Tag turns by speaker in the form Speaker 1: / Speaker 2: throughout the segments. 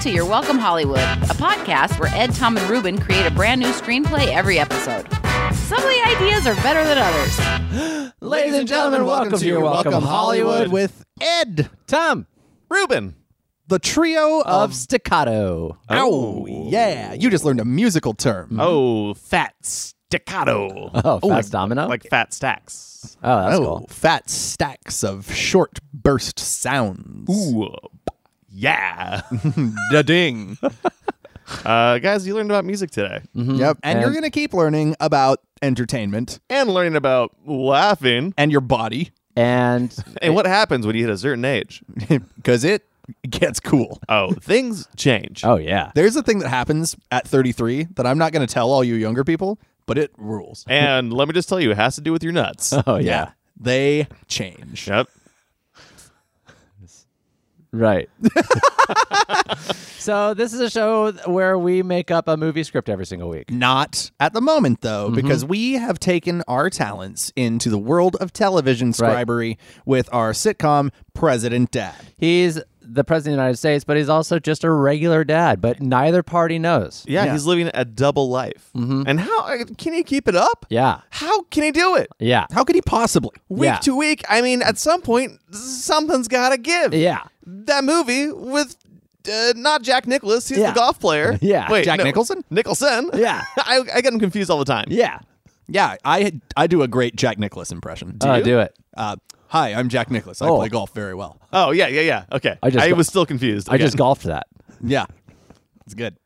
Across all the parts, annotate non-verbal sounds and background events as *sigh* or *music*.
Speaker 1: to Your Welcome Hollywood, a podcast where Ed, Tom, and Ruben create a brand new screenplay every episode. Some of the ideas are better than others.
Speaker 2: Ladies and gentlemen, welcome, to your welcome, Hollywood with Ed, Um, Tom,
Speaker 3: Ruben.
Speaker 2: the trio of staccato.
Speaker 3: Oh.
Speaker 2: yeah! You just learned a musical term.
Speaker 3: Oh, fat staccato.
Speaker 2: Oh, fast domino.
Speaker 3: Like fat stacks.
Speaker 2: oh, that's
Speaker 4: oh,
Speaker 2: cool.
Speaker 4: fat stacks of short burst sounds.
Speaker 3: Ooh.
Speaker 2: *laughs*
Speaker 3: Yeah. da ding. uh, guys, you learned about music today
Speaker 2: Mm-hmm.
Speaker 4: Yep. And, you're
Speaker 2: And-
Speaker 4: going to keep learning about entertainment
Speaker 3: and learning about laughing
Speaker 4: and your body *laughs*
Speaker 2: And
Speaker 3: and what happens when you hit a
Speaker 2: *laughs*
Speaker 3: certain age.
Speaker 4: because it gets cool.
Speaker 3: Oh, things change.
Speaker 2: oh yeah,
Speaker 4: There's a thing that happens at 33 that I'm not going to tell all you younger people, but it rules.
Speaker 3: And let me just tell you, it has to do with
Speaker 2: *laughs*
Speaker 3: your nuts.
Speaker 2: oh yeah,
Speaker 4: They change.
Speaker 3: yep.
Speaker 2: right. so this is a show where we make up a movie script every single week.
Speaker 4: Not at the moment, though,
Speaker 2: Mm-hmm.
Speaker 4: because we have taken our talents into the world of television scribery with our sitcom, President Dad.
Speaker 2: He's the president of the United States, but he's also just a regular dad. But neither party knows.
Speaker 3: Yeah, he's living a double life. And how uh, can he keep it up?
Speaker 2: Mm-hmm. Yeah,
Speaker 3: How can he do it?
Speaker 2: yeah,
Speaker 4: How could he possibly?
Speaker 3: Week
Speaker 2: Yeah.
Speaker 3: to week, I mean, at some point, something's got to give.
Speaker 2: yeah.
Speaker 3: that movie with uh, not Jack Nicholas, he's
Speaker 2: Yeah.
Speaker 3: the golf player.
Speaker 2: *laughs* Yeah.
Speaker 3: wait,
Speaker 4: Jack
Speaker 3: no,
Speaker 4: Nicholson?
Speaker 3: Nicholson.
Speaker 2: Yeah.
Speaker 3: *laughs* I, I get him confused all the time.
Speaker 2: Yeah.
Speaker 4: Yeah, I I do a great Jack Nicholas impression.
Speaker 2: Do, uh, do it.
Speaker 4: Uh, hi, I'm Jack Nicholas. I
Speaker 2: Oh.
Speaker 4: play golf very well.
Speaker 3: Oh yeah, yeah, yeah. Okay,
Speaker 2: I
Speaker 3: I,
Speaker 2: just got-
Speaker 3: was still confused.
Speaker 2: I just
Speaker 3: again.
Speaker 2: golfed that.
Speaker 4: Yeah, it's good.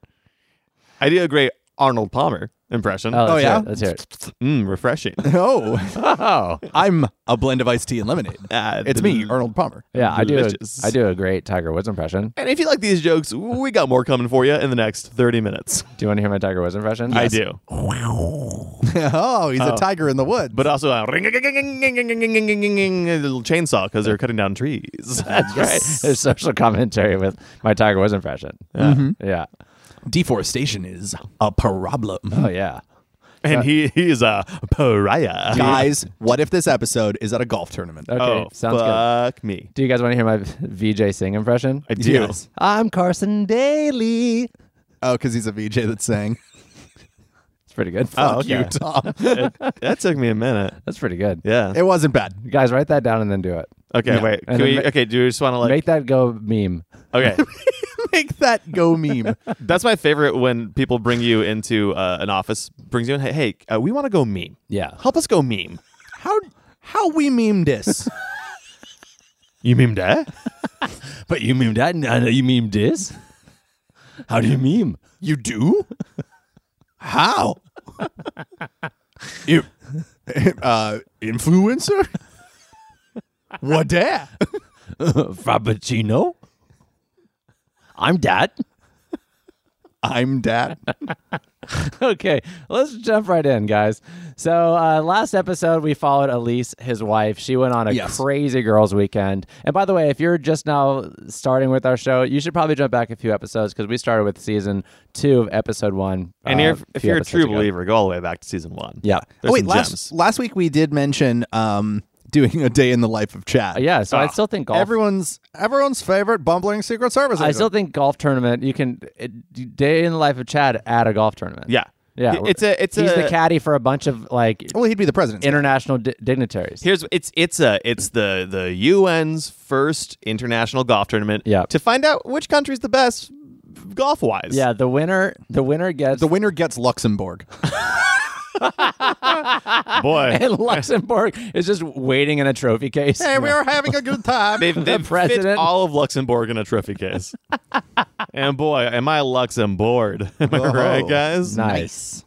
Speaker 3: I do a great Arnold Palmer impression. Uh,
Speaker 2: Oh, let's hear
Speaker 4: yeah?
Speaker 2: it, let's hear it.
Speaker 3: Mm, refreshing. *laughs*
Speaker 4: Oh,
Speaker 2: Oh,
Speaker 4: I'm a blend of iced tea and
Speaker 2: *laughs*
Speaker 4: lemonade.
Speaker 3: Ah,
Speaker 4: it's me, Arnold Palmer.
Speaker 2: yeah. I do. A,
Speaker 3: Delicious.
Speaker 2: I do a great Tiger Woods impression.
Speaker 3: and if you like these jokes, we got more coming for you in the next thirty minutes.
Speaker 2: Do you want to hear my Tiger Woods impression?
Speaker 3: I
Speaker 2: Yes.
Speaker 3: do,
Speaker 4: *laughs* oh, he's a tiger in the woods.
Speaker 2: uh,
Speaker 3: but also a ring a little chainsaw because they're cutting down
Speaker 2: *laughs*
Speaker 3: trees. That's
Speaker 2: Right. There's social commentary with my Tiger Woods impression. Yeah. Yeah.
Speaker 4: deforestation is a
Speaker 2: *laughs*
Speaker 4: problem.
Speaker 2: Oh yeah.
Speaker 3: *laughs* And he he is a pariah.
Speaker 4: Guys, what if this episode is at a golf tournament?
Speaker 2: Okay.
Speaker 3: oh,
Speaker 2: sounds good.
Speaker 3: fuck me. *laughs*
Speaker 2: Do you guys want to hear my VJ Singh impression?
Speaker 3: I do.
Speaker 4: Yes.
Speaker 2: I'm Carson Daly.
Speaker 4: Oh, because he's a VJ that's *laughs* saying,
Speaker 2: It's pretty good.
Speaker 3: Oh,
Speaker 4: "Fuck you,
Speaker 3: okay.
Speaker 4: *laughs* Tom."
Speaker 3: That took me a minute.
Speaker 2: That's pretty good.
Speaker 3: Yeah.
Speaker 4: it wasn't bad.
Speaker 2: You guys write that down and then do it.
Speaker 3: Okay, wait.
Speaker 2: And
Speaker 3: Can
Speaker 2: then
Speaker 3: we,
Speaker 2: ma-
Speaker 3: okay, do we just want to like?
Speaker 2: Make that go meme. *laughs*
Speaker 3: okay,
Speaker 4: *laughs* Make that go meme.
Speaker 3: that's my favorite when people bring you into uh, an office, brings you in. Hey, hey uh, we want to go meme.
Speaker 2: Yeah.
Speaker 3: Help us go meme.
Speaker 4: How how we meme this?
Speaker 3: You meme that?
Speaker 2: But you meme that? No, you meme this? How do you meme?
Speaker 4: You do? How? you uh influencer? What *laughs* that?
Speaker 2: Frappuccino? I'm dad.
Speaker 4: I'm that.
Speaker 2: *laughs* okay, let's jump right in, guys. So uh, last episode, we followed Elise, his wife. She went on a
Speaker 4: Yes.
Speaker 2: crazy girls' weekend. And by the way, if you're just now starting with our show, you should probably jump back a few episodes because we started with season two of episode one.
Speaker 3: And
Speaker 2: uh,
Speaker 3: if, if
Speaker 2: few
Speaker 3: you're a
Speaker 2: episodes
Speaker 3: true
Speaker 2: ago.
Speaker 3: believer, go all the way back to season one.
Speaker 2: yeah,
Speaker 3: There's
Speaker 4: oh wait,
Speaker 3: some
Speaker 4: last
Speaker 3: gems.
Speaker 4: last week we did mention um doing a day in the life of Chad.
Speaker 2: Uh, yeah. So
Speaker 4: Ah,
Speaker 2: I still think golf.
Speaker 4: Everyone's everyone's favorite bumbling secret service.
Speaker 2: I
Speaker 4: agent.
Speaker 2: still think golf tournament. You can it, day in the life of Chad at a golf tournament.
Speaker 3: Yeah.
Speaker 2: yeah.
Speaker 3: He- It's a it's
Speaker 2: He's
Speaker 3: a
Speaker 2: the caddy for a bunch of like
Speaker 4: well, he'd be the president.
Speaker 2: international di- dignitaries.
Speaker 3: Here's it's it's a it's the the UN's first international golf tournament.
Speaker 2: Yeah.
Speaker 3: To find out which country's the best golf wise.
Speaker 2: yeah, the winner. The winner gets
Speaker 4: the
Speaker 2: *laughs*
Speaker 4: winner gets Luxembourg.
Speaker 3: *laughs* Boy.
Speaker 4: *laughs*
Speaker 2: and Luxembourg is just waiting in a trophy case.
Speaker 4: hey, we are having a good time. *laughs*
Speaker 2: *laughs*
Speaker 3: They've, they've fit
Speaker 2: president.
Speaker 3: all of Luxembourg in a trophy case. and boy, am I Luxembourg. *laughs* Am I right,
Speaker 4: Oh.
Speaker 3: guys?
Speaker 2: Nice.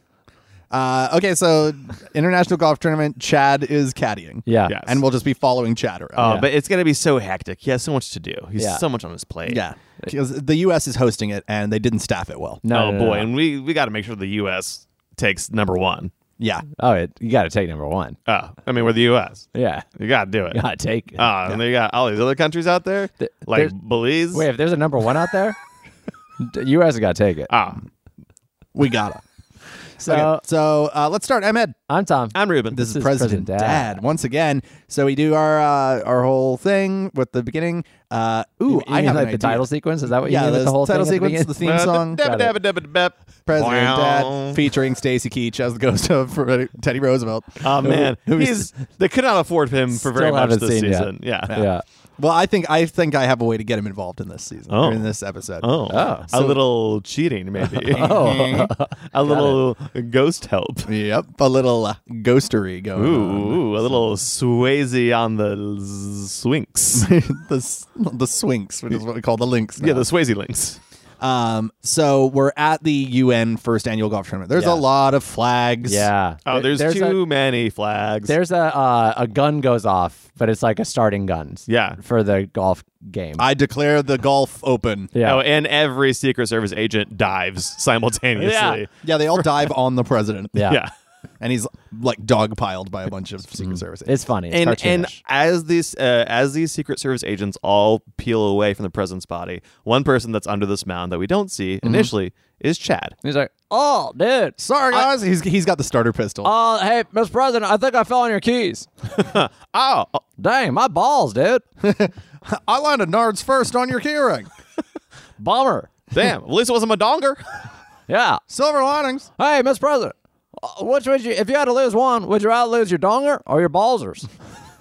Speaker 4: Uh, okay, so international golf tournament. Chad is caddying.
Speaker 2: Yeah.
Speaker 3: Yes.
Speaker 4: and we'll just be following Chad around.
Speaker 3: Oh,
Speaker 2: Yeah.
Speaker 3: but it's gonna be so hectic. He has so much to do. He's
Speaker 2: Yeah.
Speaker 3: so much on his
Speaker 2: Oh.
Speaker 3: plate.
Speaker 4: Yeah, because the U.S. is hosting it, and they didn't staff it well.
Speaker 2: No, no,
Speaker 3: oh
Speaker 2: no,
Speaker 3: boy,
Speaker 2: no.
Speaker 3: and we we got to make sure the U.S. takes number one.
Speaker 4: Yeah,
Speaker 2: Oh, it, you got to take number one.
Speaker 3: Oh, I mean, we're the U.S.
Speaker 2: Yeah. *laughs*
Speaker 3: You got to do it.
Speaker 2: Got to take.
Speaker 4: Ah.
Speaker 3: Oh, and they got all these other countries out there, like
Speaker 2: there's-
Speaker 3: Belize.
Speaker 2: Wait, if there's a
Speaker 4: *laughs* Ah.
Speaker 2: number one out there, d- U.S. got to take it.
Speaker 3: Ah,
Speaker 4: we gotta.
Speaker 2: *laughs* So
Speaker 4: Okay, so uh, let's start. Ahmed,
Speaker 2: I'm Tom.
Speaker 3: I'm Ruben.
Speaker 4: this,
Speaker 2: This
Speaker 4: is
Speaker 2: is
Speaker 4: President,
Speaker 2: President
Speaker 4: Dad.
Speaker 2: Dad.
Speaker 4: once again. So we do our uh, our whole thing with the beginning. Uh, ooh,
Speaker 2: You
Speaker 4: I
Speaker 2: mean
Speaker 4: have
Speaker 2: like
Speaker 4: an
Speaker 2: the
Speaker 4: idea.
Speaker 2: title sequence. Is that what you
Speaker 4: Yeah,
Speaker 2: mean? with
Speaker 4: the,
Speaker 2: the whole
Speaker 4: title
Speaker 2: thing at
Speaker 4: sequence, the,
Speaker 2: the
Speaker 3: *laughs*
Speaker 2: beginning?
Speaker 3: uh,
Speaker 4: theme song,
Speaker 2: Got
Speaker 3: Dabba
Speaker 2: it.
Speaker 3: dabba dabba dabba.
Speaker 4: President
Speaker 3: Wow.
Speaker 4: Dad,
Speaker 2: *laughs*
Speaker 4: featuring Stacy Keach as the ghost of Fred- Teddy Roosevelt.
Speaker 3: Oh man,
Speaker 2: who is-
Speaker 3: he's they could not afford him for very
Speaker 2: Still
Speaker 3: much
Speaker 2: haven't
Speaker 3: this
Speaker 2: seen yet.
Speaker 3: season. Yeah.
Speaker 2: Yeah.
Speaker 4: Well, I think I think I have a way to get him involved in this season
Speaker 3: Oh.
Speaker 4: or in this episode.
Speaker 3: Oh,
Speaker 2: Oh.
Speaker 3: a little cheating *laughs* maybe.
Speaker 2: Oh.
Speaker 3: a little ghost help. Um,
Speaker 4: Yep, a little uh, ghostery going on. *laughs*
Speaker 3: Ooh, a little Swayze on the l- *laughs* swinks.
Speaker 4: the s- the swinks, which is what we call the links.
Speaker 3: yeah,
Speaker 4: now.
Speaker 3: the Swayze links.
Speaker 4: Um, so we're at the UN first annual golf tournament. There's
Speaker 2: Yeah.
Speaker 4: a lot of flags.
Speaker 2: Yeah.
Speaker 3: Oh,
Speaker 2: There-
Speaker 3: there's, too many flags.
Speaker 2: A, there's a uh, a gun goes off, but it's like a starting gun.
Speaker 3: Yeah.
Speaker 2: For the golf game.
Speaker 4: I declare the golf open.
Speaker 2: yeah.
Speaker 3: Oh, and every Secret Service agent dives simultaneously.
Speaker 4: Yeah, they all dive on the president.
Speaker 2: *laughs* yeah.
Speaker 3: yeah.
Speaker 4: And he's like dogpiled by a bunch of Secret Service.
Speaker 2: Mm. It's funny. It's
Speaker 3: and and
Speaker 2: cartoonish.
Speaker 3: as these uh, as these Secret Service agents all peel away from the president's body, one person that's under this mound that we don't see initially is Chad.
Speaker 2: he's like, "Oh, dude,
Speaker 4: Sorry, guys. he's, he's got the starter pistol.
Speaker 2: oh, hey, Mr. President, I think I fell on your keys.
Speaker 3: Oh, oh,
Speaker 2: Dang, my balls, dude. *laughs*
Speaker 4: I landed Nards first on your keyring.
Speaker 2: Bummer.
Speaker 3: *laughs* damn! At least it wasn't my donger.
Speaker 2: Yeah.
Speaker 4: Silver linings.
Speaker 2: Hey, Mr. President, uh, which would you, if you had to lose one, would you rather lose your donger or your ballsers?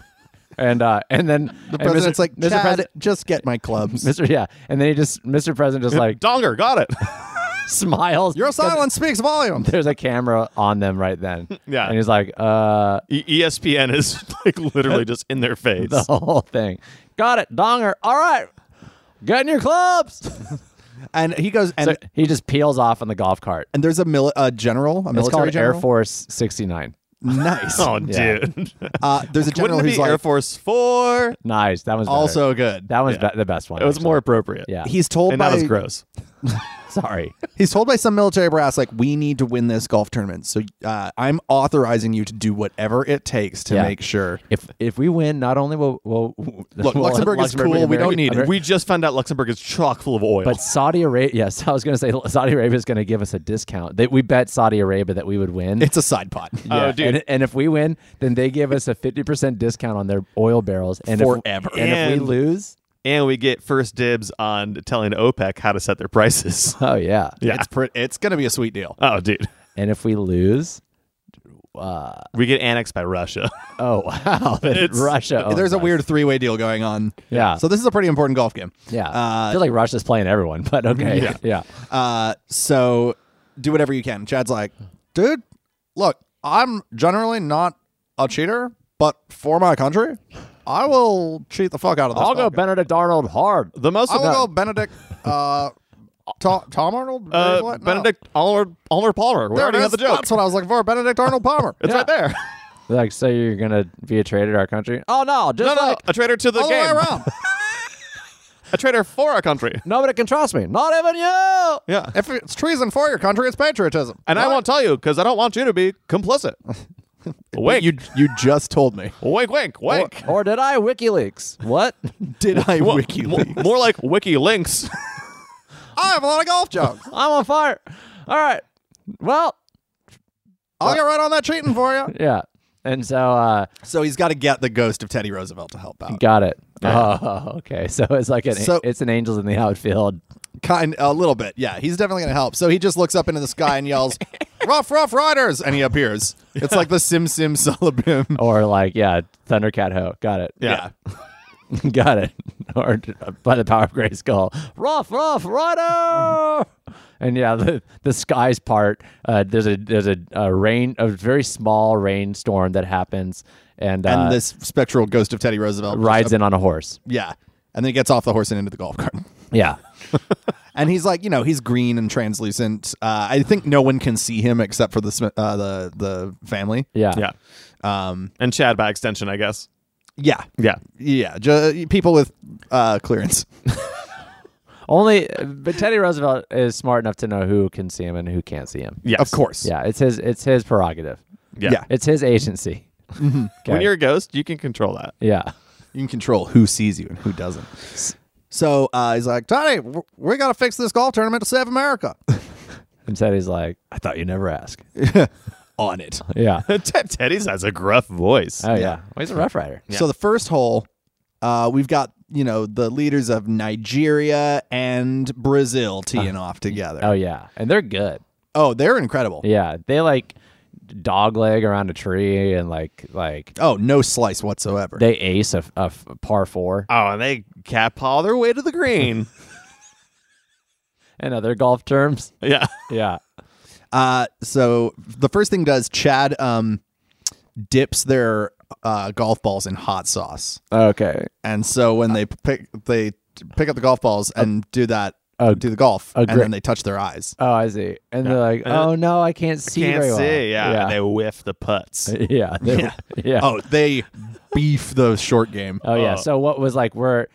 Speaker 2: *laughs* and uh, and then the
Speaker 4: President's like,
Speaker 2: Mr.
Speaker 4: Chad,
Speaker 2: President,
Speaker 4: just get my clubs.
Speaker 2: Mr. Yeah, and then he just, Mr. President, just like
Speaker 3: donger, got it.
Speaker 2: smiles.
Speaker 4: Your silence speaks volume.
Speaker 2: *laughs* There's a camera on them
Speaker 4: *laughs*
Speaker 2: right then.
Speaker 3: Yeah.
Speaker 2: and he's like, uh,
Speaker 3: E- ESPN is *laughs* like literally just in their
Speaker 2: *laughs*
Speaker 3: face.
Speaker 2: the whole thing. Got it, donger. All right, get in your clubs. *laughs*
Speaker 4: And he goes, and,
Speaker 2: so he just peels off on the golf cart.
Speaker 4: and there's a, mili- a general, a
Speaker 2: It's
Speaker 4: military
Speaker 2: called
Speaker 4: general.
Speaker 2: Air Force 69.
Speaker 4: Nice.
Speaker 2: *laughs*
Speaker 3: Oh,
Speaker 2: Yeah.
Speaker 3: dude. *laughs*
Speaker 4: Uh, there's a general
Speaker 3: Wouldn't it
Speaker 4: who's
Speaker 3: be Air
Speaker 4: like,
Speaker 3: Force Four?
Speaker 2: Nice. That was better.
Speaker 4: also good.
Speaker 2: that was be- the best one.
Speaker 3: It was
Speaker 2: actually.
Speaker 3: more appropriate.
Speaker 2: Yeah.
Speaker 4: He's told
Speaker 3: and
Speaker 4: by
Speaker 3: that
Speaker 4: *laughs*
Speaker 3: was gross.
Speaker 2: Sorry.
Speaker 4: He's told by some military brass, like, we need to win this golf tournament. So uh, I'm authorizing you to do whatever it takes to
Speaker 2: Yeah.
Speaker 4: make sure.
Speaker 2: If if we win, not only will will *laughs*
Speaker 4: Look, Luxembourg is cool. We don't need it.
Speaker 3: We just found out Luxembourg is chock full of oil.
Speaker 2: But Saudi Arabia, *laughs* yes, I was going to say Saudi Arabia is going to give us a discount. They, we bet Saudi Arabia that we would win.
Speaker 4: It's a side pot.
Speaker 3: Oh,
Speaker 2: *laughs* Yeah,
Speaker 3: dude.
Speaker 2: And, and if we win, then they give us a fifty percent discount on their oil barrels and
Speaker 4: Forever.
Speaker 2: If, and, if we
Speaker 3: And-
Speaker 2: lose,
Speaker 3: and we get first dibs on telling OPEC how to set their prices. *laughs*
Speaker 2: oh yeah.
Speaker 3: Yeah.
Speaker 4: It's, pre- it's going to be a sweet deal.
Speaker 3: Oh, dude.
Speaker 2: And if we lose,
Speaker 3: We get annexed by Russia. *laughs*
Speaker 2: oh *laughs* wow, then
Speaker 3: It's-
Speaker 2: Russia. owns
Speaker 4: There's a
Speaker 2: us.
Speaker 4: weird three way deal going on.
Speaker 2: Oh, Yeah.
Speaker 4: So this is a pretty important golf game.
Speaker 2: Yeah, I
Speaker 4: Uh,
Speaker 2: feel like Russia's playing everyone, *laughs* but okay. Yeah,
Speaker 4: uh, so do whatever you can. Chad's like, dude, look, I'm generally not a cheater, but for my country, I will cheat the fuck out of this.
Speaker 2: I'll go
Speaker 4: golf game.
Speaker 2: Benedict Arnold hard.
Speaker 3: The most
Speaker 4: I will
Speaker 3: about-
Speaker 4: go Benedict. Uh,
Speaker 2: *laughs*
Speaker 4: Tom, Tom Arnold?
Speaker 3: uh,
Speaker 4: What? No.
Speaker 3: Benedict Arnold, Arnold Palmer. We
Speaker 4: There it
Speaker 3: already had
Speaker 4: is.
Speaker 3: the joke.
Speaker 4: That's what I was looking for. Benedict Arnold Palmer.
Speaker 3: It's
Speaker 2: Yeah.
Speaker 3: right there.
Speaker 2: Like, so you're gonna be a traitor to our country? Oh no,
Speaker 3: No,
Speaker 2: just
Speaker 3: no,
Speaker 2: like
Speaker 3: a traitor to the
Speaker 4: All the way
Speaker 3: game.
Speaker 4: around.
Speaker 3: a traitor for our country.
Speaker 2: nobody can trust me, not even you.
Speaker 3: Yeah.
Speaker 4: If it's treason for your country, it's patriotism.
Speaker 3: And I won't tell you because I don't want you to be *laughs* complicit. wink,
Speaker 4: You you just told me.
Speaker 3: wink, wink, wink.
Speaker 2: Or did I WikiLeaks? What?
Speaker 4: *laughs* Did I
Speaker 3: Wha-
Speaker 4: WikiLeaks?
Speaker 3: mo- More like WikiLinks.
Speaker 4: I have a lot of golf jokes.
Speaker 2: I'm on fire. All right. Well,
Speaker 4: I'll get right on that cheating for you.
Speaker 2: yeah. And so, uh,
Speaker 4: *laughs* So he's got to get the ghost of Teddy Roosevelt to help out.
Speaker 2: got it. Oh, *laughs* okay. So it's like an
Speaker 4: So-
Speaker 2: it's an angels in the outfield.
Speaker 4: Kind a little bit, yeah. He's definitely gonna help. So he just looks up into the sky and *laughs* yells, "Rough, rough riders!" And he appears. It's like the Sim Sim *laughs* Solabim.
Speaker 2: Or like, yeah, Thundercat Ho. Got it.
Speaker 3: Yeah.
Speaker 2: *laughs* got it. *laughs* Or by the power of Grey Skull. Ruff, ruff,
Speaker 3: *laughs*
Speaker 2: rider. and yeah, the the skies part. Uh, there's a there's a, a rain a very small rainstorm that happens, and, uh,
Speaker 4: And this spectral ghost of Teddy Roosevelt just
Speaker 2: rides in on a horse.
Speaker 4: Yeah. And then he gets off the horse and into the golf cart.
Speaker 3: *laughs*
Speaker 2: Yeah.
Speaker 4: And he's like, you know, he's green and translucent. Uh, I think no one can see him except for the Sm- uh, the the family.
Speaker 2: Yeah.
Speaker 3: *laughs* yeah.
Speaker 4: Um,
Speaker 3: And Chad by extension, I guess.
Speaker 4: yeah,
Speaker 3: Yeah.
Speaker 4: yeah. Ju- people with uh, clearance.
Speaker 2: Only, but Teddy Roosevelt is smart enough to know who can see him and who can't see him.
Speaker 3: Yes.
Speaker 4: Of course.
Speaker 2: Yeah, it's his it's his prerogative.
Speaker 3: Yeah.
Speaker 4: Yeah.
Speaker 2: It's his agency. *laughs* Okay.
Speaker 3: When you're a ghost, you can control that.
Speaker 2: yeah.
Speaker 4: You can control who sees you and who doesn't. So uh, he's like, Teddy, w- we got to fix this golf tournament to save America. *laughs*
Speaker 2: And Teddy's like, I thought you never ask.
Speaker 4: on it.
Speaker 2: *laughs* Yeah.
Speaker 3: *laughs* Ted- Teddy's has a gruff voice.
Speaker 2: Oh, yeah. Well, he's a Rough Rider.
Speaker 4: So the first hole, uh, we've got you know the leaders of Nigeria and Brazil teeing off together.
Speaker 2: Oh, yeah. And they're good.
Speaker 4: oh, they're incredible.
Speaker 2: Yeah. They like dog leg around a tree and like, like
Speaker 4: Oh, no slice whatsoever.
Speaker 2: they ace a, f- a f- par four.
Speaker 3: Oh, and they catpaw their way to the green.
Speaker 2: In other golf terms.
Speaker 3: *laughs* yeah.
Speaker 2: Yeah.
Speaker 4: Uh, so the first thing does Chad um, dips their uh, golf balls in hot sauce,
Speaker 2: Okay.
Speaker 4: and so when
Speaker 2: Uh.
Speaker 4: they pick they pick up the golf balls and do that.
Speaker 2: a-
Speaker 4: do the golf, and
Speaker 2: great-
Speaker 4: then they touch their eyes.
Speaker 2: Oh, I see. And they're like,
Speaker 3: And then-
Speaker 2: oh, no, I can't see
Speaker 3: *laughs* Can't see.
Speaker 2: very well.
Speaker 3: Yeah. And they whiff the putts.
Speaker 2: *laughs* Yeah. they-
Speaker 4: Yeah.
Speaker 2: yeah.
Speaker 4: Oh, they beef the short game.
Speaker 2: Oh yeah.
Speaker 3: Uh,
Speaker 2: So what was like we're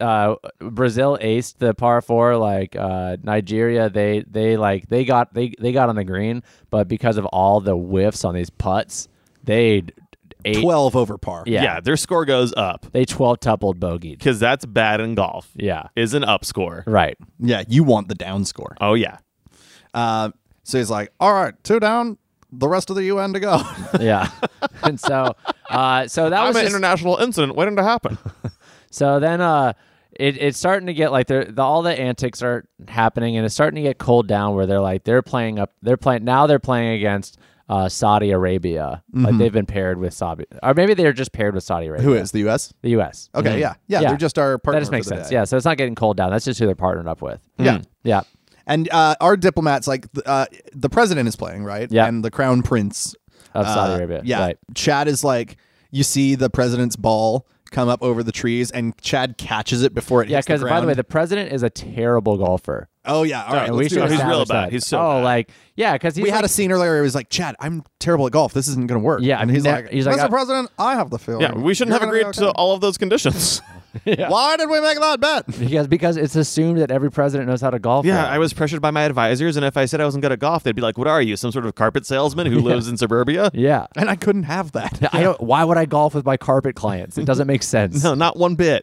Speaker 2: uh Brazil aced the par four, like uh Nigeria, they they like they got they they got on the green, but because of all the whiffs on these putts, they d- ate
Speaker 4: Twelve over par.
Speaker 2: yeah,
Speaker 3: yeah. Their score goes up
Speaker 2: they twelve tupled bogeyed.
Speaker 3: because that's bad in golf.
Speaker 2: Yeah.
Speaker 3: Is an up score.
Speaker 2: Right.
Speaker 4: yeah. You want the down score.
Speaker 3: Oh yeah.
Speaker 4: Uh, so he's like, all right, two down, the rest of the UN to go.
Speaker 2: *laughs*
Speaker 3: *laughs*
Speaker 2: Yeah. and so uh so that
Speaker 3: I'm
Speaker 2: was
Speaker 3: an
Speaker 2: just-
Speaker 3: international incident waiting to happen.
Speaker 2: So then uh it, it's starting to get like they're, the all the antics are happening and it's starting to get cold down where they're like they're playing up they're playing now they're playing against uh, Saudi Arabia like they've been paired with Saudi or maybe they're just paired with Saudi Arabia
Speaker 4: Mm-hmm. Who is the US?
Speaker 2: the U.S.
Speaker 4: Okay,
Speaker 2: Mhm.
Speaker 4: yeah. yeah, They're just our partner.
Speaker 2: that just
Speaker 4: for
Speaker 2: makes
Speaker 4: the
Speaker 2: sense
Speaker 4: day.
Speaker 2: yeah so it's not getting cold down that's just who they're partnering up with
Speaker 4: Yeah.
Speaker 2: Mhm. yeah
Speaker 4: And uh, our diplomats, like th- uh, the president is playing, right?
Speaker 2: Yeah.
Speaker 4: And the crown prince
Speaker 2: of Saudi
Speaker 4: uh,
Speaker 2: Arabia
Speaker 4: Yeah.
Speaker 2: right.
Speaker 4: Chad is like, you see the president's ball come up over the trees, and Chad catches it before it
Speaker 2: yeah
Speaker 4: hits the
Speaker 2: because by the way
Speaker 4: ground.
Speaker 2: the president is a terrible golfer
Speaker 4: oh, yeah. All right.
Speaker 2: and we
Speaker 4: let's do
Speaker 2: should
Speaker 3: Oh, he's
Speaker 4: it.
Speaker 3: real
Speaker 2: establish
Speaker 3: bad.
Speaker 2: that.
Speaker 3: He's so
Speaker 2: oh
Speaker 3: bad.
Speaker 2: like yeah because
Speaker 4: We had a scene earlier where he was like, Chad, I'm terrible at golf. This isn't going to work.
Speaker 2: Yeah,
Speaker 4: And
Speaker 2: I've
Speaker 4: he's
Speaker 2: nev-
Speaker 4: like,
Speaker 2: he's like, uh,
Speaker 4: Mr.
Speaker 2: I-
Speaker 4: president, I have the feeling.
Speaker 3: Yeah. We shouldn't
Speaker 4: You're
Speaker 3: have
Speaker 4: gonna be
Speaker 3: agreed to
Speaker 4: okay."
Speaker 3: all of those conditions.
Speaker 4: Why did we make that bet?
Speaker 2: because because it's assumed that every president knows how to golf
Speaker 3: *laughs* Yeah,
Speaker 2: now.
Speaker 3: I was pressured by my advisors, and if I said I wasn't good at golf, they'd be like, "What are you? Some sort of carpet salesman *laughs* who lives in suburbia?"
Speaker 2: yeah
Speaker 4: And I couldn't have that.
Speaker 2: I don't. Why would I golf with my carpet clients? It doesn't *laughs* make sense.
Speaker 3: *laughs* No, not one *laughs* bit.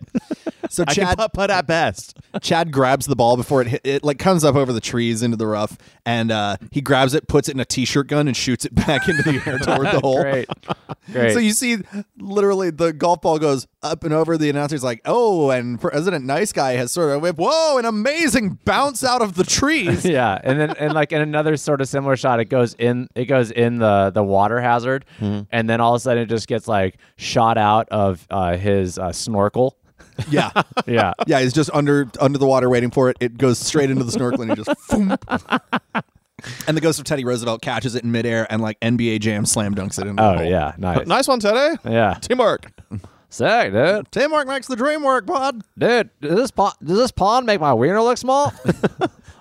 Speaker 4: So
Speaker 3: I can
Speaker 4: Chad
Speaker 3: putt putt at best.
Speaker 4: Chad grabs the ball before it hit, it like comes up over the trees into the rough, and uh, he grabs it, puts it in a t-shirt gun, and shoots it *laughs* back into the air toward
Speaker 2: *laughs*
Speaker 4: the hole.
Speaker 2: Great, great.
Speaker 4: So
Speaker 2: *laughs*
Speaker 4: you see, literally, the golf ball goes up and over. The announcer's like, "Oh!" And President Nice Guy has sort of whip. Whoa! An amazing bounce out of the trees.
Speaker 2: yeah, and then and like in another sort of similar shot, it goes in. It goes in the the water hazard, and then all of a sudden it just gets like shot out of uh, his uh, snorkel.
Speaker 4: yeah,
Speaker 2: *laughs* Yeah.
Speaker 4: *laughs* yeah. He's just under under the water waiting for it. It goes straight into the snorkel, and he just. *laughs* foomp. And the ghost of Teddy Roosevelt catches it in midair and like NBA Jam slam dunks it into the
Speaker 2: *laughs* Oh
Speaker 4: hole.
Speaker 2: yeah, nice.
Speaker 3: *laughs* Nice one, Teddy. *laughs*
Speaker 2: Yeah.
Speaker 3: Teamwork.
Speaker 2: Sick, dude.
Speaker 4: Teamwork makes the dream work, bud.
Speaker 2: Dude, does this pond does this pond make my wiener look *laughs* small?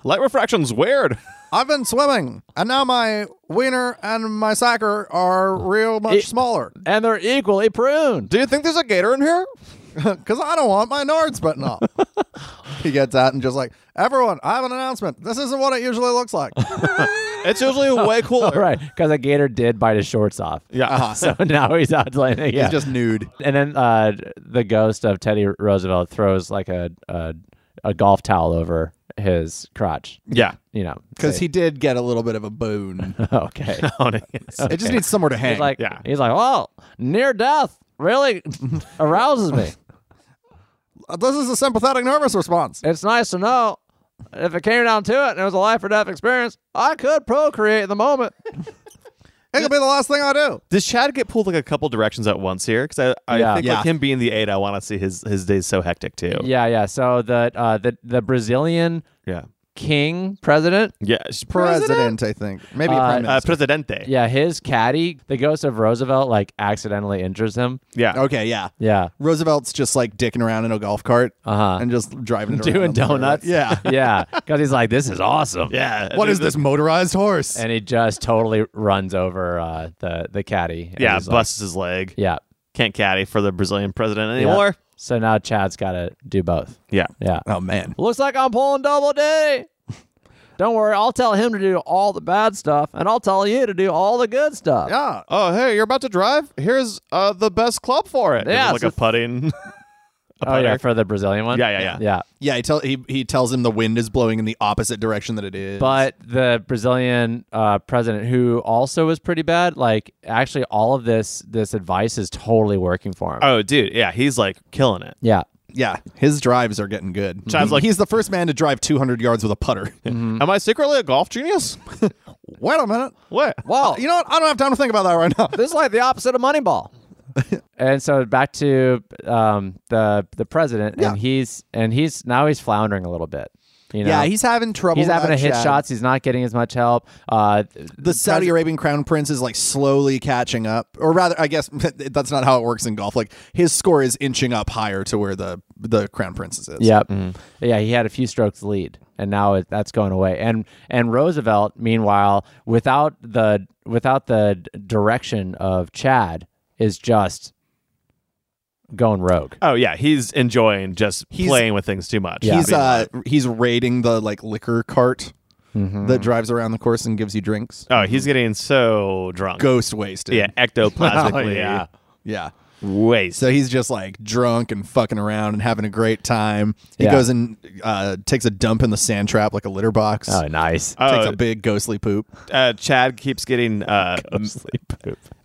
Speaker 3: Light refraction's weird.
Speaker 4: I've been swimming, and now my wiener and my sacker are real much
Speaker 2: It-
Speaker 4: smaller *laughs*
Speaker 2: and they're equally pruned.
Speaker 3: *laughs* Do you think there's a gator in here?
Speaker 4: because I don't want my nards button *laughs* up. he gets out and just like, everyone, I have an announcement. This isn't what it usually looks
Speaker 2: *laughs*
Speaker 4: like.
Speaker 3: It's *laughs* usually way cooler.
Speaker 2: Right, because a gator did bite his shorts off.
Speaker 3: Yeah.
Speaker 2: So *laughs* now he's out playing. Yeah.
Speaker 4: He's just nude.
Speaker 2: and then uh, the ghost of Teddy Roosevelt throws like a a, a golf towel over his crotch.
Speaker 3: *laughs* *laughs* Yeah.
Speaker 2: You know,
Speaker 4: Because
Speaker 2: say-
Speaker 4: he did get a little bit of a
Speaker 2: *laughs*
Speaker 4: boon.
Speaker 2: okay.
Speaker 4: It just needs somewhere to hang.
Speaker 2: he's like
Speaker 3: Yeah.
Speaker 2: he's like, well, near death really *laughs* arouses me.
Speaker 4: Uh, this is a sympathetic nervous response.
Speaker 2: It's nice to know if it came down to it and it was a life or death experience, I could procreate in the moment.
Speaker 4: It could be the last thing I do.
Speaker 3: *laughs* Does Chad get pulled like a couple directions at once here? Because I, I
Speaker 2: Yeah.
Speaker 3: think like
Speaker 4: Yeah.
Speaker 3: him being the eight, I want to see his his days so hectic too.
Speaker 2: Yeah, yeah. So the uh, the the Brazilian
Speaker 3: Yeah.
Speaker 2: king president
Speaker 3: Yeah.
Speaker 4: President, I think. Maybe a prime
Speaker 3: Uh,
Speaker 4: minister.
Speaker 3: presidente.
Speaker 2: yeah, his caddy, the ghost of Roosevelt, like accidentally injures him.
Speaker 3: Yeah.
Speaker 4: okay, yeah.
Speaker 2: Yeah.
Speaker 4: Roosevelt's just like dicking around in a golf cart
Speaker 2: Uh-huh.
Speaker 4: and just driving it
Speaker 2: *laughs* doing
Speaker 4: around on the motorbike.
Speaker 2: donuts. *laughs*
Speaker 4: Yeah. *laughs*
Speaker 2: yeah, because he's like, "This is awesome."
Speaker 3: Yeah.
Speaker 4: What is this motorized horse?
Speaker 2: and he just totally runs over uh, the the caddy. and
Speaker 3: Yeah.
Speaker 2: he's like-
Speaker 3: Busts his leg.
Speaker 2: yeah,
Speaker 3: Can't caddy for the Brazilian president
Speaker 2: yeah.
Speaker 3: anymore.
Speaker 2: So now Chad's got to do both.
Speaker 3: Yeah.
Speaker 2: Yeah,
Speaker 4: oh man.
Speaker 2: looks like I'm pulling double D. Don't worry, I'll tell him to do all the bad stuff, and I'll tell you to do all the good stuff.
Speaker 4: Yeah.
Speaker 3: Oh, hey, you're about to drive? Here's uh, the best club for it.
Speaker 2: Yeah, *laughs*
Speaker 3: It's like
Speaker 2: so-
Speaker 3: a putting *laughs*
Speaker 2: Oh yeah,
Speaker 3: putter.
Speaker 2: for the Brazilian one.
Speaker 3: Yeah, yeah, yeah.
Speaker 2: yeah.
Speaker 4: Yeah, he tell he he tells him the wind is blowing in the opposite direction that it is.
Speaker 2: But the Brazilian uh, president, who also was pretty bad, like actually all of this this advice is totally working for him.
Speaker 3: Oh, dude, yeah, he's like killing it.
Speaker 2: yeah,
Speaker 4: yeah, his drives are getting good.
Speaker 3: Chad's
Speaker 4: He-
Speaker 3: like-
Speaker 4: he's the first man to drive 200 yards with a putter.
Speaker 2: Mm-hmm.
Speaker 3: Am I secretly a golf genius?
Speaker 4: *laughs*
Speaker 3: *laughs*
Speaker 4: Wait a minute. Uh,
Speaker 3: what?
Speaker 2: Well-
Speaker 4: you know what? I don't have time to think about that right now.
Speaker 2: this is like the opposite of Moneyball. *laughs* and so back to um, the the president,
Speaker 4: Yeah.
Speaker 2: and he's and he's now he's floundering a little bit. You
Speaker 4: *laughs*
Speaker 2: know?
Speaker 4: Yeah, he's having trouble.
Speaker 2: he's
Speaker 4: with
Speaker 2: having to
Speaker 4: that
Speaker 2: hit
Speaker 4: Chad.
Speaker 2: shots. He's not getting as much help. Uh,
Speaker 4: The Saudi Arabian crown prince is like slowly catching up, or rather, I guess *laughs* that's not how it works in golf. Like his score is inching up higher to where the the crown prince's is.
Speaker 2: Yep. Yeah, he had a few strokes lead, and now it, that's going away. And and Roosevelt, meanwhile, without the without the d- direction of Chad, is just going rogue.
Speaker 3: Oh yeah, he's enjoying just
Speaker 4: He's-
Speaker 3: playing with things too much.
Speaker 4: he's
Speaker 3: Being
Speaker 4: uh
Speaker 3: like-
Speaker 4: he's raiding the like liquor cart
Speaker 2: Mm-hmm.
Speaker 4: that drives around the course and gives you drinks.
Speaker 3: oh, he's getting so drunk.
Speaker 4: Ghost wasted.
Speaker 3: yeah, ectoplasmically.
Speaker 2: *laughs* Oh, yeah.
Speaker 4: yeah.
Speaker 3: Waste.
Speaker 4: So he's just like drunk and fucking around and having a great time. He
Speaker 2: Yeah.
Speaker 4: goes and uh, takes a dump in the sand trap like a litter box.
Speaker 2: Oh, nice.
Speaker 4: takes
Speaker 3: Oh.
Speaker 4: a big ghostly poop.
Speaker 3: uh, Chad keeps getting uh,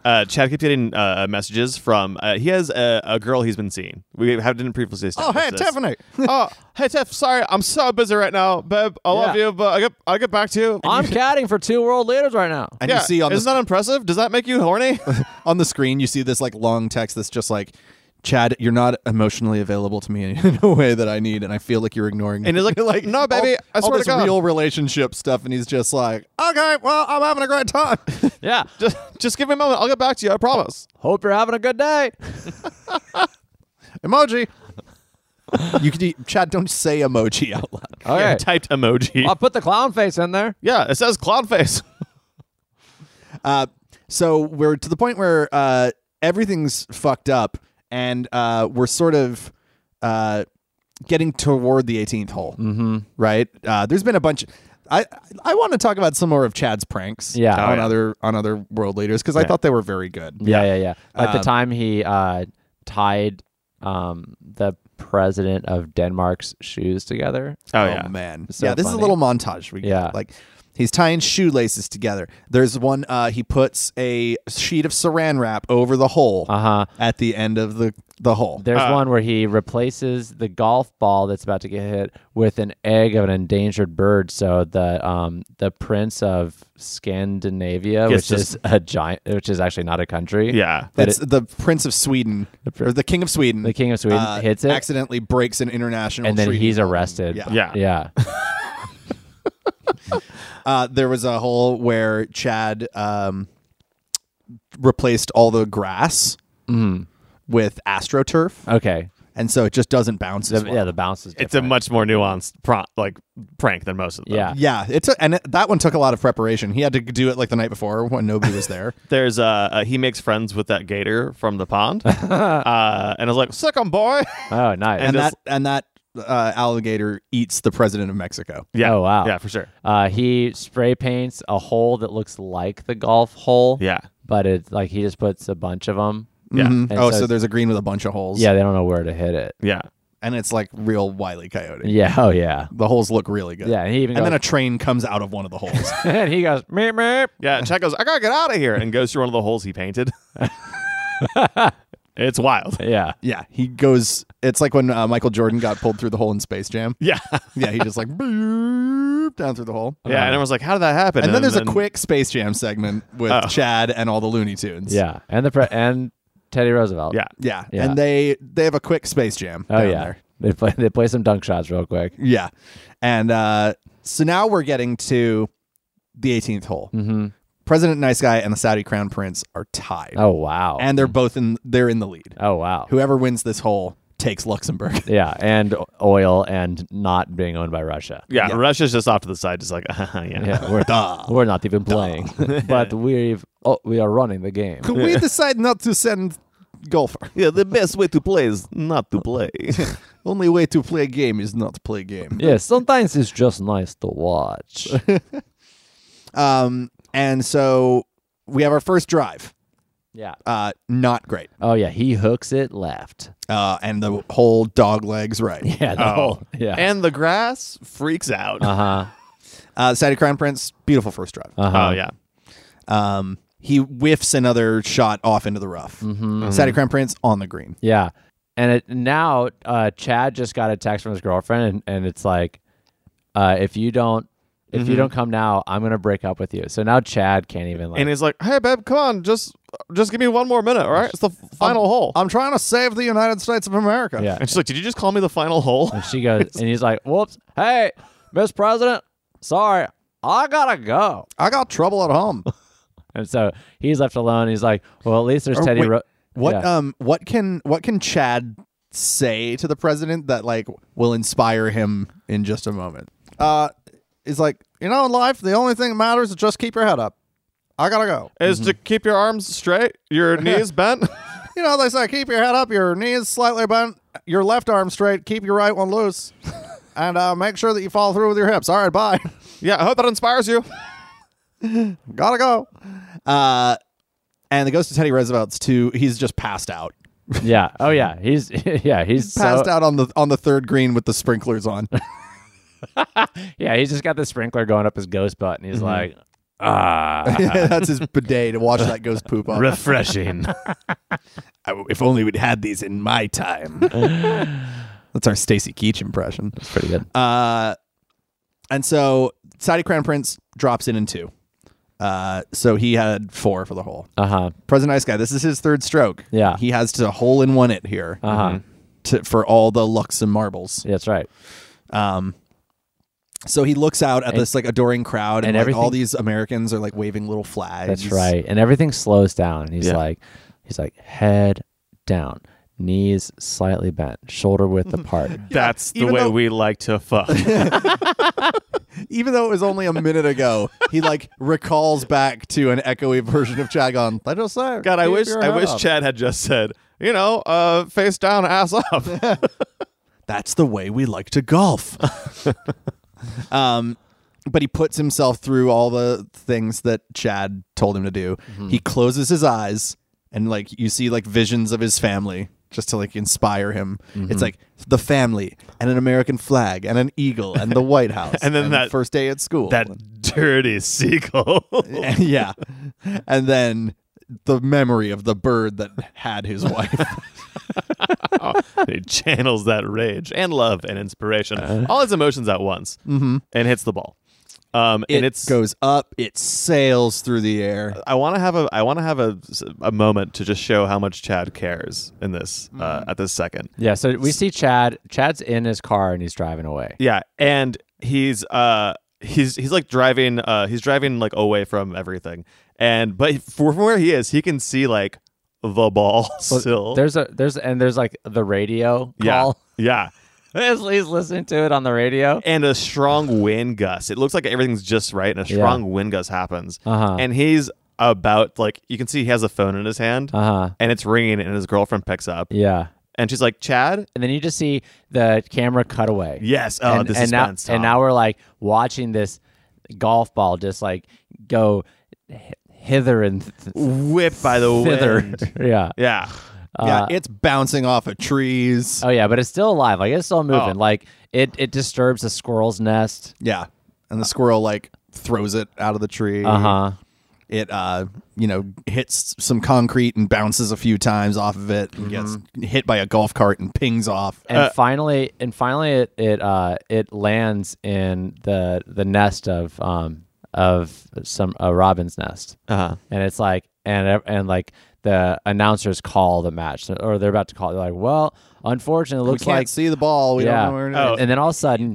Speaker 3: uh, Chad keeps getting uh, messages from uh, he has a, a girl he's been seeing. We have didn't previously.
Speaker 4: Oh, hey,
Speaker 3: establish this.
Speaker 4: Tiffany.
Speaker 3: *laughs* oh, hey Tiff. Sorry, I'm so busy right now, babe. I love
Speaker 2: Yeah.
Speaker 3: you, but I get I get back to you.
Speaker 2: *laughs* I'm catting for two world leaders right *laughs* now.
Speaker 4: And you see on the,
Speaker 3: isn't that impressive? Does that make you horny?
Speaker 4: on the screen, you see this like long text that's just like, Chad, you're not emotionally available to me in a *laughs* way that I need, and I feel like you're ignoring me.
Speaker 3: And he's like, "No, baby, I
Speaker 4: all
Speaker 3: swear to
Speaker 4: this
Speaker 3: God."
Speaker 4: real relationship stuff, and he's just like, okay, well, I'm having a great time. *laughs*
Speaker 2: Yeah.
Speaker 3: *laughs* just just give me a moment. I'll get back to you. I promise.
Speaker 2: Hope you're having a good day.
Speaker 4: emoji. you could, Chad, don't say emoji out loud.
Speaker 2: *laughs* All
Speaker 3: Yeah,
Speaker 2: right.
Speaker 3: typed
Speaker 2: *laughs*
Speaker 3: emoji.
Speaker 2: I'll put the clown face in there.
Speaker 3: yeah, it says cloud face.
Speaker 4: Uh, so we're to the point where uh, everything's fucked up, and uh, we're sort of uh, getting toward the 18th hole, mm-hmm. right? Uh, there's been a bunch. I I want to talk about some more of Chad's pranks,
Speaker 2: Yeah. Oh,
Speaker 4: on
Speaker 3: yeah.
Speaker 4: other on other world leaders because I thought they were very good.
Speaker 2: Yeah, yeah, yeah. At the time, he uh, tied um, the president of Denmark's shoes together.
Speaker 3: *laughs* Oh
Speaker 4: man,
Speaker 2: So
Speaker 4: yeah. This is a
Speaker 2: funny.
Speaker 4: little montage. We
Speaker 2: Yeah.
Speaker 4: yeah, like he's tying shoelaces together. There's one. Uh, he puts a sheet of Saran wrap over the hole
Speaker 2: Uh huh.
Speaker 4: at the end of the the hole.
Speaker 2: There's one where he replaces the golf ball that's about to get hit with an egg of an endangered bird. So the um the prince of Scandinavia,
Speaker 3: Gets
Speaker 2: which
Speaker 3: to-
Speaker 2: is a giant, which is actually not a country.
Speaker 3: Yeah.
Speaker 2: But
Speaker 4: That's the Prince of Sweden,
Speaker 2: prin-
Speaker 4: or the King of Sweden.
Speaker 2: The king of Sweden
Speaker 4: uh,
Speaker 2: hits it,
Speaker 4: Accidentally breaks an international.
Speaker 2: and then
Speaker 4: treaty.
Speaker 2: he's arrested.
Speaker 4: Yeah.
Speaker 3: Yeah.
Speaker 2: yeah. *laughs*
Speaker 4: Uh, there was a hole where Chad um, replaced all the grass
Speaker 2: Mm-hmm.
Speaker 4: with astroturf,
Speaker 2: *laughs* Okay.
Speaker 4: and so it just doesn't bounce.
Speaker 2: The-
Speaker 4: as well.
Speaker 2: yeah, the bounce is.
Speaker 3: It's a
Speaker 2: different.
Speaker 3: much more nuanced pro- like prank than most of them.
Speaker 2: Yeah.
Speaker 4: Yeah, it took, and it, that one took a lot of preparation. He had to do it like the night before when nobody was there.
Speaker 2: *laughs*
Speaker 3: There's uh, uh he makes friends with that gator from the pond, uh, and I was like, "Sick 'em, boy."
Speaker 2: Oh, nice.
Speaker 4: and
Speaker 3: just-
Speaker 4: that and that uh, alligator eats the president of Mexico.
Speaker 3: Yeah.
Speaker 2: Oh, wow.
Speaker 3: *laughs* Yeah, for sure.
Speaker 2: Uh, he spray paints a hole that looks like the golf hole.
Speaker 3: Yeah.
Speaker 2: But it's like he just puts a bunch of them.
Speaker 3: Yeah.
Speaker 4: Mhm.
Speaker 2: And
Speaker 4: Oh,
Speaker 2: so-
Speaker 4: so, there's a green with a bunch of holes.
Speaker 2: Yeah, they don't know where to hit it.
Speaker 3: Yeah.
Speaker 4: and it's like real wily coyote.
Speaker 2: Yeah. *laughs* Oh, yeah.
Speaker 4: The holes look really good.
Speaker 2: Yeah. And he even
Speaker 4: and
Speaker 2: goes,
Speaker 4: then a train comes out of one of the
Speaker 2: *laughs*
Speaker 4: holes.
Speaker 2: and he goes, meep, meep.
Speaker 3: *laughs* Yeah. Chad goes, "I gotta get out of here," and goes through one of the holes he *laughs* painted. it's *laughs* wild.
Speaker 2: Yeah.
Speaker 4: yeah, he goes. It's like when uh, Michael Jordan got pulled through the hole in Space
Speaker 2: *laughs*
Speaker 4: Jam.
Speaker 3: Yeah.
Speaker 4: Yeah, he just like bloop, down through the hole.
Speaker 3: Yeah, and everyone's like, "How did that happen?"
Speaker 4: And then there's a quick Space Jam segment with
Speaker 3: Oh.
Speaker 4: Chad and all the Looney Tunes.
Speaker 2: Yeah. And the pre- and Teddy Roosevelt.
Speaker 3: Yeah.
Speaker 4: yeah,
Speaker 2: Yeah.
Speaker 4: and they they have a quick Space Jam.
Speaker 2: Oh,
Speaker 4: down
Speaker 2: yeah.
Speaker 4: there.
Speaker 2: They play they play some dunk shots real quick.
Speaker 4: yeah, and uh, so now we're getting to the 18th hole.
Speaker 2: Mhm.
Speaker 4: President Nice Guy and the Saudi Crown Prince are tied,
Speaker 2: Oh, wow.
Speaker 4: and they're both in they're in the lead.
Speaker 2: oh, wow.
Speaker 4: Whoever wins this hole takes Luxembourg.
Speaker 2: yeah. And oil and not being owned by Russia.
Speaker 3: Yeah,
Speaker 4: Yeah.
Speaker 3: Russia's just off to the side, just like, *laughs* uh-huh, yeah.
Speaker 2: Yeah. We're,
Speaker 4: *laughs* Duh.
Speaker 2: we're not
Speaker 4: *laughs*
Speaker 2: even playing, but we've, oh, we are running the
Speaker 4: *laughs*
Speaker 2: game.
Speaker 4: Could we decide not to send golfer?
Speaker 3: Yeah, the best way to play is not to *laughs* play.
Speaker 4: Only way to play game is not play game.
Speaker 2: Yeah, sometimes it's just nice to watch.
Speaker 4: Um, and so we have our first drive.
Speaker 2: Yeah.
Speaker 4: Uh, not great.
Speaker 2: *laughs* Oh yeah, he hooks it left.
Speaker 4: Uh, and the whole dog legs
Speaker 2: *laughs*
Speaker 4: right.
Speaker 2: Yeah. The whole, yeah.
Speaker 3: And the grass freaks out.
Speaker 2: uh-huh.
Speaker 4: Uh, Sadie Crown Prince, beautiful first drive.
Speaker 3: Oh yeah.
Speaker 4: Um, he whiffs another shot off into the rough.
Speaker 2: Mm-hmm.
Speaker 4: Sadie Crown Prince on the green.
Speaker 2: Yeah. And it, now uh, Chad just got a text from his girlfriend, and, and it's like, uh, if you don't, if you don't come now, I'm gonna break up with you. So now Chad can't even like.
Speaker 3: And he's like, "Hey, babe, come on, just just give me one more minute, all right? It's the final hole."
Speaker 4: I'm trying to save the United States of America.
Speaker 2: yeah.
Speaker 3: and she's like, "Did you just call me the final hole?" *laughs*
Speaker 2: And she goes, and he's like, "Whoops, hey, Miss President, sorry, I gotta go."
Speaker 4: I got trouble at home.
Speaker 2: *laughs* And so he's left alone. He's like, "Well, at least there's
Speaker 4: Or
Speaker 2: Teddy."
Speaker 4: wait,
Speaker 2: Ro-
Speaker 4: What
Speaker 2: Yeah.
Speaker 4: um what can what can Chad say to the president that like will inspire him in just a moment? Uh is like, you know, in life the only thing that matters is just keep your head up. I gotta go.
Speaker 3: Is to keep your arms straight, *laughs* your knees bent.
Speaker 4: You know, they say keep your head up, your knees slightly bent, your left arm straight, keep your right one loose,
Speaker 2: *laughs*
Speaker 4: and uh, make sure that you follow through with your hips. All right, bye. *laughs*
Speaker 3: yeah, I hope that inspires you.
Speaker 4: gotta go. Uh, and the ghost of Teddy Roosevelt's too. He's just passed out.
Speaker 2: yeah. Oh yeah. He's *laughs* yeah. He's,
Speaker 4: Passed
Speaker 2: so,
Speaker 4: out on the on the third green with the sprinklers *laughs* on.
Speaker 2: Yeah. He's just got the sprinkler going up his ghost butt, and he's
Speaker 3: Mm-hmm.
Speaker 2: like, "Ah,
Speaker 4: That's his bidet to watch that ghost poop on. *laughs*
Speaker 2: refreshing."
Speaker 4: if only we'd had these in my
Speaker 2: *laughs*
Speaker 4: time. That's our Stacy Keach impression.
Speaker 2: Pretty good.
Speaker 4: Uh, and so Sadie Crown Prince drops in in two. Uh, so he had four for the hole.
Speaker 2: Uh huh.
Speaker 4: President Ice Guy, this is his third stroke.
Speaker 2: Yeah.
Speaker 4: He has to hole in one it here
Speaker 2: Uh huh.
Speaker 3: mm-hmm.
Speaker 4: to, for all the Lux and marbles.
Speaker 2: Yeah, that's right.
Speaker 4: Um, so he looks out at this like adoring crowd, and,
Speaker 2: and
Speaker 4: like,
Speaker 2: everything-
Speaker 4: all these Americans are like waving little flags.
Speaker 2: That's right. And everything slows down. He's
Speaker 3: Yeah.
Speaker 2: like, he's like head down, knees slightly bent, shoulder width
Speaker 3: *laughs*
Speaker 2: apart.
Speaker 3: That's the
Speaker 4: even
Speaker 3: way
Speaker 4: though-
Speaker 3: we like to fuck.
Speaker 4: even though it was only a minute ago, he like recalls back to an echoey version of Chagon. I just say,
Speaker 3: God, I
Speaker 4: keep
Speaker 3: wish
Speaker 4: your
Speaker 3: I
Speaker 4: head
Speaker 3: wish
Speaker 4: up.
Speaker 3: Chad had just said, you know, uh, face down, ass up.
Speaker 4: *laughs*
Speaker 3: *laughs*
Speaker 4: That's the way we like to golf. *laughs* um, but he puts himself through all the things that Chad told him to do. He closes his eyes and like you see like visions of his family just to like inspire him. It's like the family and an American flag and an eagle and the *laughs* White House
Speaker 3: And then that-
Speaker 4: first day at school.
Speaker 3: that
Speaker 4: *laughs*
Speaker 3: dirty seagull.
Speaker 4: And- *laughs* yeah. And then the memory of the bird that had his *laughs* wife.
Speaker 3: he channels that rage and love and inspiration,
Speaker 4: Uh.
Speaker 3: all his emotions at once, mm-hmm. and hits the ball. Um, and it's
Speaker 4: goes up, it sails through the air.
Speaker 3: I want to have a I want to have a, a moment to just show how much Chad cares in this
Speaker 4: Mm-hmm.
Speaker 3: uh, at this second.
Speaker 2: Yeah. So we see Chad. Chad's in his car and he's driving away.
Speaker 3: Yeah, and he's uh he's he's like driving uh he's driving like away from everything, and but for from where he is, he can see like the ball *laughs* still.
Speaker 2: There's a there's and there's like the radio
Speaker 3: yeah,
Speaker 2: call. *laughs*
Speaker 3: yeah.
Speaker 2: He's he's listening to it on the radio.
Speaker 3: and a strong wind gust. It looks like everything's just right, and a strong wind gust happens.
Speaker 2: Uh-huh.
Speaker 3: And he's about like you can see he has a phone in his hand,
Speaker 2: Uh huh.
Speaker 3: and it's ringing, and his girlfriend picks up,
Speaker 2: Yeah.
Speaker 3: and she's like, "Chad,
Speaker 2: And then you just see the camera cut away.
Speaker 3: yes, oh,
Speaker 2: and,
Speaker 3: this
Speaker 2: and
Speaker 3: is
Speaker 2: now, and now we're like watching this golf ball just like go hi- hither and th-
Speaker 3: whipped
Speaker 2: *laughs*
Speaker 3: by the
Speaker 2: thither.
Speaker 3: wind."
Speaker 2: yeah.
Speaker 3: Yeah,
Speaker 2: Uh,
Speaker 4: yeah, it's bouncing off of trees.
Speaker 2: Oh yeah, but it's still alive. Like it's still moving.
Speaker 3: Oh.
Speaker 2: Like it it disturbs a squirrel's nest.
Speaker 4: Yeah. And the squirrel like throws it out of the tree.
Speaker 2: Uh huh.
Speaker 4: It uh, you know, hits some concrete and bounces a few times off of it and gets hit by a golf cart and pings off.
Speaker 2: Mm-hmm. And
Speaker 3: Uh,
Speaker 2: finally, and finally, it it uh it lands in the the nest of um of some a robin's nest,
Speaker 3: uh-huh.
Speaker 2: and it's like and and like the announcers call the match or they're about to call. They're like, well, unfortunately, it
Speaker 4: we
Speaker 2: looks
Speaker 4: can't
Speaker 2: like
Speaker 4: see the ball. We
Speaker 2: yeah.
Speaker 4: don't know where it is.
Speaker 3: Oh.
Speaker 2: And then all of a sudden, you-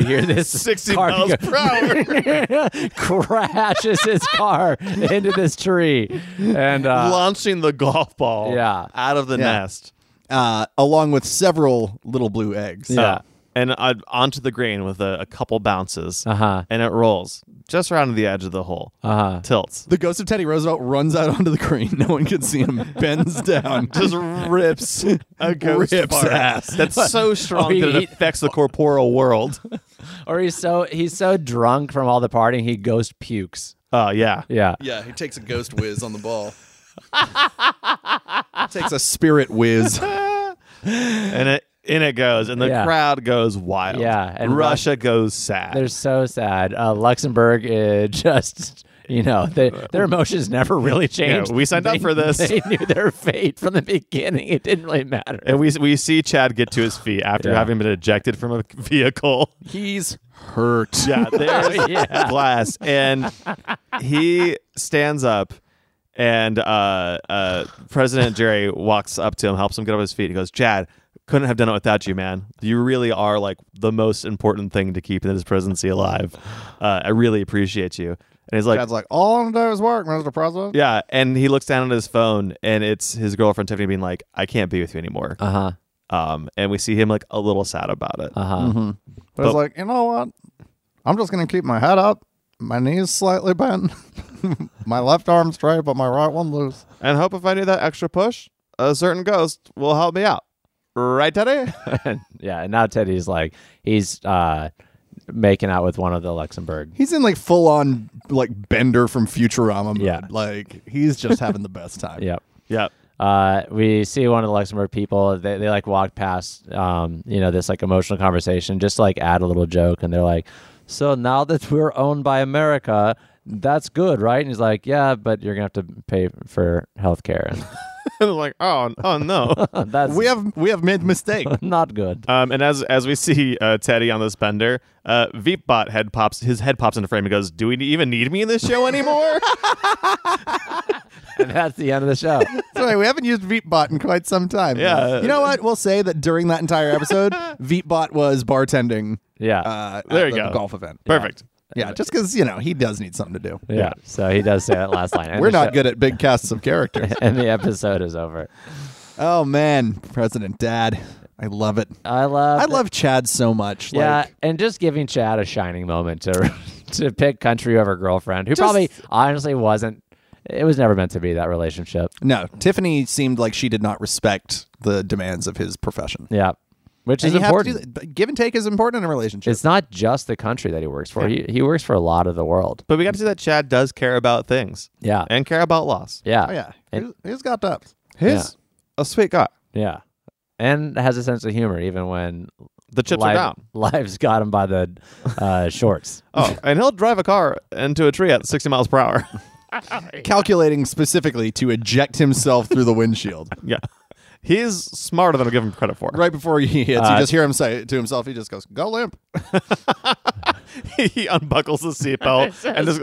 Speaker 2: *laughs* you hear this
Speaker 3: *laughs* sixty
Speaker 2: car
Speaker 3: miles
Speaker 2: go-
Speaker 3: per hour.
Speaker 2: crashes his car into this tree, and *laughs* uh,
Speaker 3: launching the golf ball
Speaker 2: Yeah.
Speaker 3: out of the
Speaker 4: Yeah.
Speaker 3: nest.
Speaker 4: Uh, along with several little blue eggs.
Speaker 2: Yeah.
Speaker 3: Uh, and uh, onto the green with a, a couple bounces.
Speaker 2: Uh-huh.
Speaker 3: And it rolls just around the edge of the hole.
Speaker 2: Uh-huh.
Speaker 3: Tilts.
Speaker 4: The ghost of Teddy Roosevelt runs out onto the green. No one can see
Speaker 2: *laughs*
Speaker 4: him. Bends down. *laughs*
Speaker 3: *laughs* Just rips *laughs* a ghost
Speaker 4: Rips
Speaker 3: fart.
Speaker 4: ass.
Speaker 3: That's
Speaker 2: *laughs*
Speaker 3: so strong
Speaker 2: Oh, he-
Speaker 3: that
Speaker 2: he-
Speaker 3: it affects the corporeal
Speaker 2: *laughs*
Speaker 3: *laughs* world.
Speaker 2: or he's so he's so drunk from all the partying he ghost pukes.
Speaker 3: Oh, yeah.
Speaker 2: Yeah. *laughs*
Speaker 4: yeah, he takes a ghost whiz on the ball. takes a spirit
Speaker 2: *laughs*
Speaker 4: whiz.
Speaker 3: and it in it goes, and the
Speaker 2: Yeah.
Speaker 3: crowd goes wild.
Speaker 2: Yeah, and
Speaker 3: and Russia goes sad.
Speaker 2: They're so sad. Uh, Luxembourg uh, *laughs* just, you know, they, their emotions never really changed.
Speaker 3: we signed up
Speaker 2: They-
Speaker 3: for this.
Speaker 2: *laughs* They knew their fate from the beginning. It didn't really matter.
Speaker 3: and we we see Chad get to his feet after
Speaker 2: Yeah.
Speaker 3: having been ejected from a vehicle.
Speaker 4: He's hurt.
Speaker 3: *laughs* Yeah,
Speaker 2: *laughs*
Speaker 3: there's
Speaker 2: yeah.
Speaker 3: glass, and he stands up, and uh, uh, President Jerry walks up to him, helps him get up his feet. He goes, "Chad, couldn't have done it without you, man. You really are like the most important thing to keeping this presidency alive. Uh, I really appreciate you." And he's like,
Speaker 4: Chad's like, all I'm doing is work, Mr. President.
Speaker 3: "Yeah," and he looks down at his phone, and it's his girlfriend Tiffany being like, "I can't be with you anymore."
Speaker 2: Uh huh.
Speaker 3: Um, and we see him like a little sad about it.
Speaker 2: Uh huh.
Speaker 4: But it's like, you know what? I'm just gonna keep my head up, my knees slightly bent, *laughs* my left arm straight, but my right one loose.
Speaker 3: and hope if I need that extra push, a certain ghost will help me out. Right, Teddy?
Speaker 2: yeah. And now Teddy's like, he's uh, making out with one of the Luxembourg.
Speaker 4: *laughs* He's in like full on like Bender from Futurama. Mode.
Speaker 2: Yeah.
Speaker 4: like he's just having the best
Speaker 3: *laughs*
Speaker 4: time.
Speaker 2: Yep.
Speaker 3: yep.
Speaker 2: Uh, we see one of the Luxembourg people. They, they like walk past, um, you know, this like emotional conversation, just to, like add a little joke, and they're like, "So now that we're owned by America, that's good, right?" And he's like, "Yeah, but you're gonna have to pay for health care.
Speaker 4: *laughs*
Speaker 3: And I'm like, oh, oh no. *laughs*
Speaker 2: that's
Speaker 4: We have we have made mistake.
Speaker 2: not good." *laughs*
Speaker 3: um, and as as we see uh, Teddy on this bender, uh, Veepbot head pops his head pops into frame and goes, "Do we even need me in this show *laughs* anymore?"
Speaker 2: and that's the end of
Speaker 4: *laughs*
Speaker 2: the show.
Speaker 4: Sorry, we haven't used Veepbot in quite some time.
Speaker 3: Yeah.
Speaker 4: You know what? We'll say that during that entire
Speaker 3: *laughs*
Speaker 4: episode, Veepbot was bartending
Speaker 2: Yeah.
Speaker 4: uh,
Speaker 3: There
Speaker 4: at
Speaker 3: you
Speaker 4: the
Speaker 3: go.
Speaker 4: golf event.
Speaker 3: Perfect.
Speaker 4: Yeah, just because, you know, he does need something to do.
Speaker 2: yeah. So he does say that last line. And
Speaker 4: We're
Speaker 2: the
Speaker 4: not
Speaker 2: show-
Speaker 4: good at big casts of
Speaker 2: *laughs*
Speaker 4: characters.
Speaker 2: And the episode is over.
Speaker 4: oh, man. President Dad. I love it.
Speaker 2: I love.
Speaker 4: I love Chad so much.
Speaker 2: Yeah,
Speaker 4: Like,
Speaker 2: and just giving Chad a shining moment to *laughs* to pick country over girlfriend, who probably honestly wasn't. It was never meant to be that relationship.
Speaker 4: no, Tiffany seemed like she did not respect the demands of his profession.
Speaker 2: Yeah, which
Speaker 4: And
Speaker 2: is
Speaker 4: you have to do that.
Speaker 2: important.
Speaker 4: But Give and take is important in a relationship.
Speaker 2: It's not just the country that he works for. He he works for a lot of the world.
Speaker 3: But we got to see that Chad does care about things.
Speaker 2: Yeah.
Speaker 3: And care about loss.
Speaker 2: Yeah,
Speaker 4: oh, yeah.
Speaker 2: And-
Speaker 4: He's- he's got dubs.
Speaker 3: He's a sweet guy.
Speaker 2: yeah, and has a sense of humor even when
Speaker 3: The chips
Speaker 2: life,
Speaker 3: are down.
Speaker 2: life's got him by the
Speaker 4: *laughs*
Speaker 2: uh, shorts.
Speaker 3: *laughs* Oh, and he'll drive a car into a tree at 60 miles per hour.
Speaker 4: Calculating specifically to eject himself through the
Speaker 2: *laughs*
Speaker 4: windshield.
Speaker 3: *laughs* yeah. He's smarter than I give him credit for.
Speaker 4: right before he hits,
Speaker 2: Uh,
Speaker 4: you just hear him say it to himself. He just goes, "Go limp."
Speaker 3: *laughs* he unbuckles the
Speaker 1: *laughs*
Speaker 3: seatbelt and just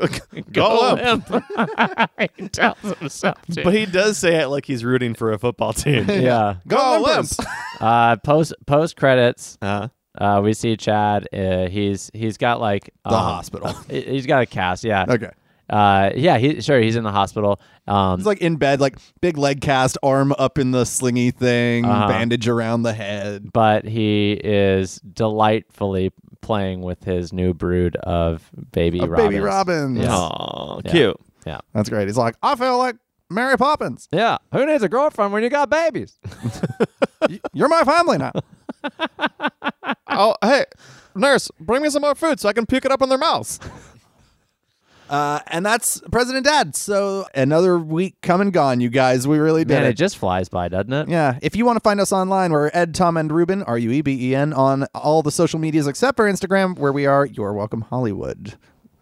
Speaker 3: go, go up.
Speaker 1: he tells himself to.
Speaker 3: But he does say it like he's rooting for a football *laughs* team.
Speaker 2: Yeah.
Speaker 3: Go
Speaker 4: Limpers.
Speaker 3: Limps!
Speaker 2: Uh, post post credits,
Speaker 3: Uh,
Speaker 2: uh, we see Chad. Uh, he's he's got like
Speaker 4: The
Speaker 2: um,
Speaker 4: hospital. *laughs*
Speaker 2: he- He's got a cast. Yeah.
Speaker 4: Okay.
Speaker 2: Uh, yeah, he sure he's in the hospital. Um,
Speaker 4: He's like in bed, like big leg cast, arm up in the slingy thing,
Speaker 2: Uh-huh.
Speaker 4: bandage around the head.
Speaker 2: but he is delightfully playing with his new brood of baby
Speaker 4: Of
Speaker 2: robins.
Speaker 4: baby robins.
Speaker 2: Yeah.
Speaker 3: Aw, cute.
Speaker 2: Yeah,
Speaker 4: That's great. He's like, I feel like Mary Poppins.
Speaker 2: yeah. Who needs a girlfriend when you got babies?
Speaker 4: Y- You're my family now.
Speaker 3: Oh, hey, nurse, bring me some more food so I can puke it up in their mouths.
Speaker 4: *laughs* Uh, and that's President Dad. So another week come and gone, you guys. We really did
Speaker 2: Man,
Speaker 4: it.
Speaker 2: it just flies by, doesn't it?
Speaker 4: Yeah. If you want to find us online, we're Ed, Tom, and Ruben, R U E B E N, on all the social medias except for Instagram, where we are You're Welcome Hollywood.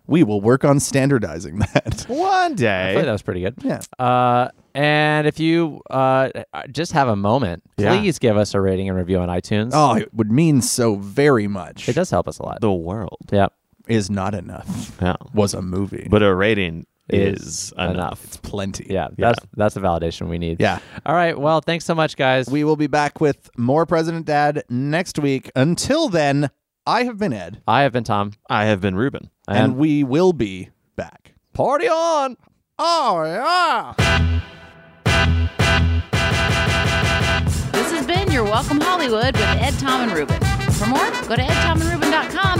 Speaker 4: We will work on standardizing *laughs* that.
Speaker 3: One
Speaker 2: I thought
Speaker 3: day.
Speaker 2: that was pretty good.
Speaker 4: Yeah.
Speaker 2: Uh, and if you uh, just have a moment,
Speaker 3: Yeah.
Speaker 2: please give us a rating and review on iTunes.
Speaker 4: Oh, it would mean so very much.
Speaker 2: It does help us a lot.
Speaker 3: The world.
Speaker 2: Yeah.
Speaker 4: Is not enough.
Speaker 3: Yeah.
Speaker 4: Was a movie.
Speaker 3: But a rating
Speaker 2: Is
Speaker 3: is
Speaker 2: enough.
Speaker 3: enough.
Speaker 4: it's plenty.
Speaker 2: Yeah, that's that's the validation we need.
Speaker 4: Yeah.
Speaker 2: All right. Well, thanks so much, guys.
Speaker 4: We will be back with more President Dad next week. Until then, I have been Ed,
Speaker 2: I have been Tom.
Speaker 3: I have been Ruben.
Speaker 4: and, we will be back.
Speaker 2: Party on!
Speaker 4: Oh, yeah.
Speaker 1: This has been Your Welcome Hollywood with Ed, Tom, and Ruben. For more, go to edtomandruben.com